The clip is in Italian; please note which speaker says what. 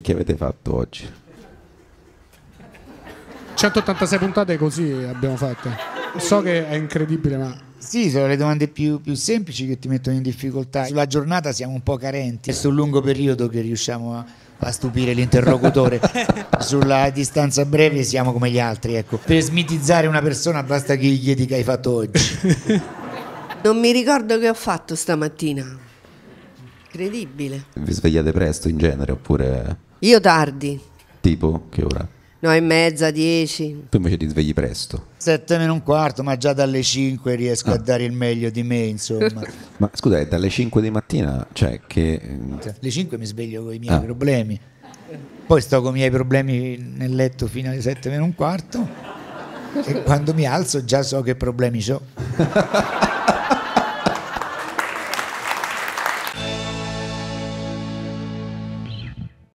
Speaker 1: che avete fatto oggi?
Speaker 2: 186 puntate così abbiamo fatto. So che è incredibile, ma
Speaker 3: Sì, sono le domande più, più semplici che ti mettono in difficoltà. Sulla giornata siamo un po' carenti, è sul lungo periodo che riusciamo a, a stupire l'interlocutore, sulla distanza breve siamo come gli altri. Ecco. Per smitizzare una persona basta che gli chiedi che hai fatto oggi.
Speaker 4: Non mi ricordo che ho fatto stamattina. Incredibile.
Speaker 1: Vi svegliate presto in genere oppure
Speaker 4: Io tardi,
Speaker 1: tipo che ora?
Speaker 4: no, e mezza, dieci.
Speaker 1: Tu invece ti svegli presto.
Speaker 3: Sette meno un quarto, ma già dalle 5 riesco a dare il meglio di me, insomma.
Speaker 1: Ma scusate, dalle 5 di mattina, cioè che... ehm,
Speaker 3: Alle 5 mi sveglio con i miei
Speaker 1: Ah.
Speaker 3: problemi. Poi sto con i miei problemi nel letto fino alle 7 meno un quarto. E quando mi alzo già so che problemi ho.